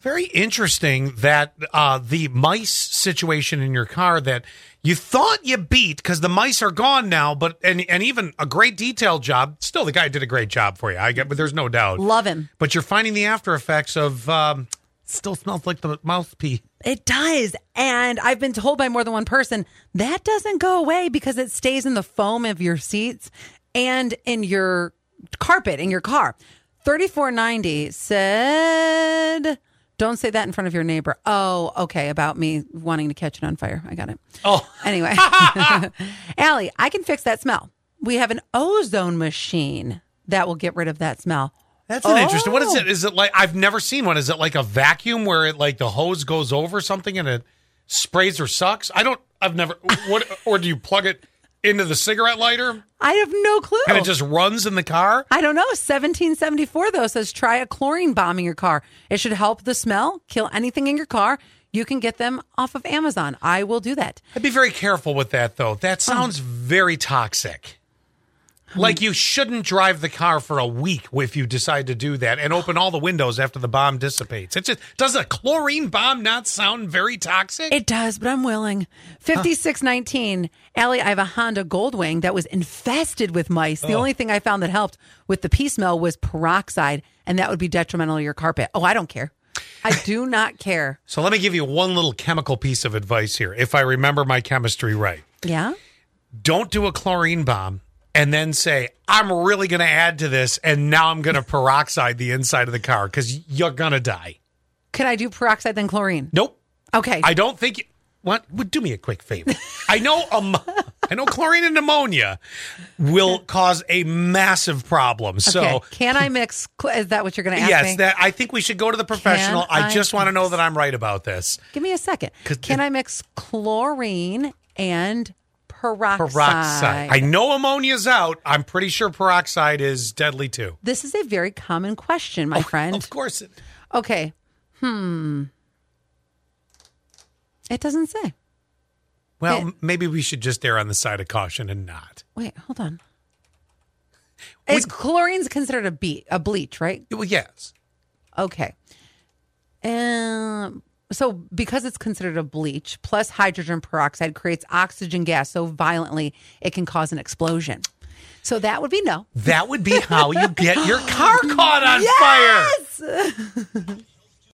very interesting that uh, the mice situation in your car that you thought you beat because the mice are gone now, but and and even a great detail job. Still, the guy did a great job for you. I get, but there's no doubt. Love him. But you're finding the after effects of um, still smells like the mouth pee. It does. And I've been told by more than one person that doesn't go away because it stays in the foam of your seats and in your carpet in your car. 3490 said, Don't say that in front of your neighbor. Oh, okay. About me wanting to catch it on fire. I got it. Oh. Anyway, Allie, I can fix that smell. We have an ozone machine that will get rid of that smell. That's an interesting. What is Oh. it? Is it like I've never seen one? Is it like a vacuum where it like the hose goes over something and it sprays or sucks? I don't. I've never. What or do you plug it into the cigarette lighter I have no clue. and it just runs in the car? I don't know. 1774, though, says try a chlorine bomb in your car. It should help the smell, kill anything in your car. You can get them off of Amazon. I will do that. I'd be very careful with that though. That sounds very toxic. Like you shouldn't drive the car for a week if you decide to do that and open all the windows after the bomb dissipates. It just does a chlorine bomb not sound very toxic? It does, but I'm willing. 5619. Allie, I have a Honda Goldwing that was infested with mice. Oh. The only thing I found that helped with the pea smell was peroxide, and that would be detrimental to your carpet. Oh, I don't care. I do not care. so let me give you one little chemical piece of advice here if I remember my chemistry right. Yeah? don't do a chlorine bomb and then say i'm really going to add to this and now i'm going to peroxide the inside of the car because you're going to die Could I do peroxide then chlorine? nope Okay. i don't think you, what would do me a quick favor i know um, i know chlorine and pneumonia will cause a massive problem so okay. Can I mix? Cl- is that what you're going to ask me? yes that i think we should go to the professional i I just want to know that i'm right about this Give me a second. 'Cause Can it- I mix chlorine and peroxide? peroxide i know ammonia's out i'm pretty sure peroxide is deadly too this is a very common question, my friend. of course it Okay. Hmm. It doesn't say. Well, It- m- maybe we should just err on the side of caution and not. Wait, hold on. Is Would- chlorine's considered a be- a bleach, right? Well, yes. Okay. Um, so because it's considered a bleach, plus hydrogen peroxide creates oxygen gas so violently it can cause an explosion. So that would be no. That would be how you get your car caught on fire.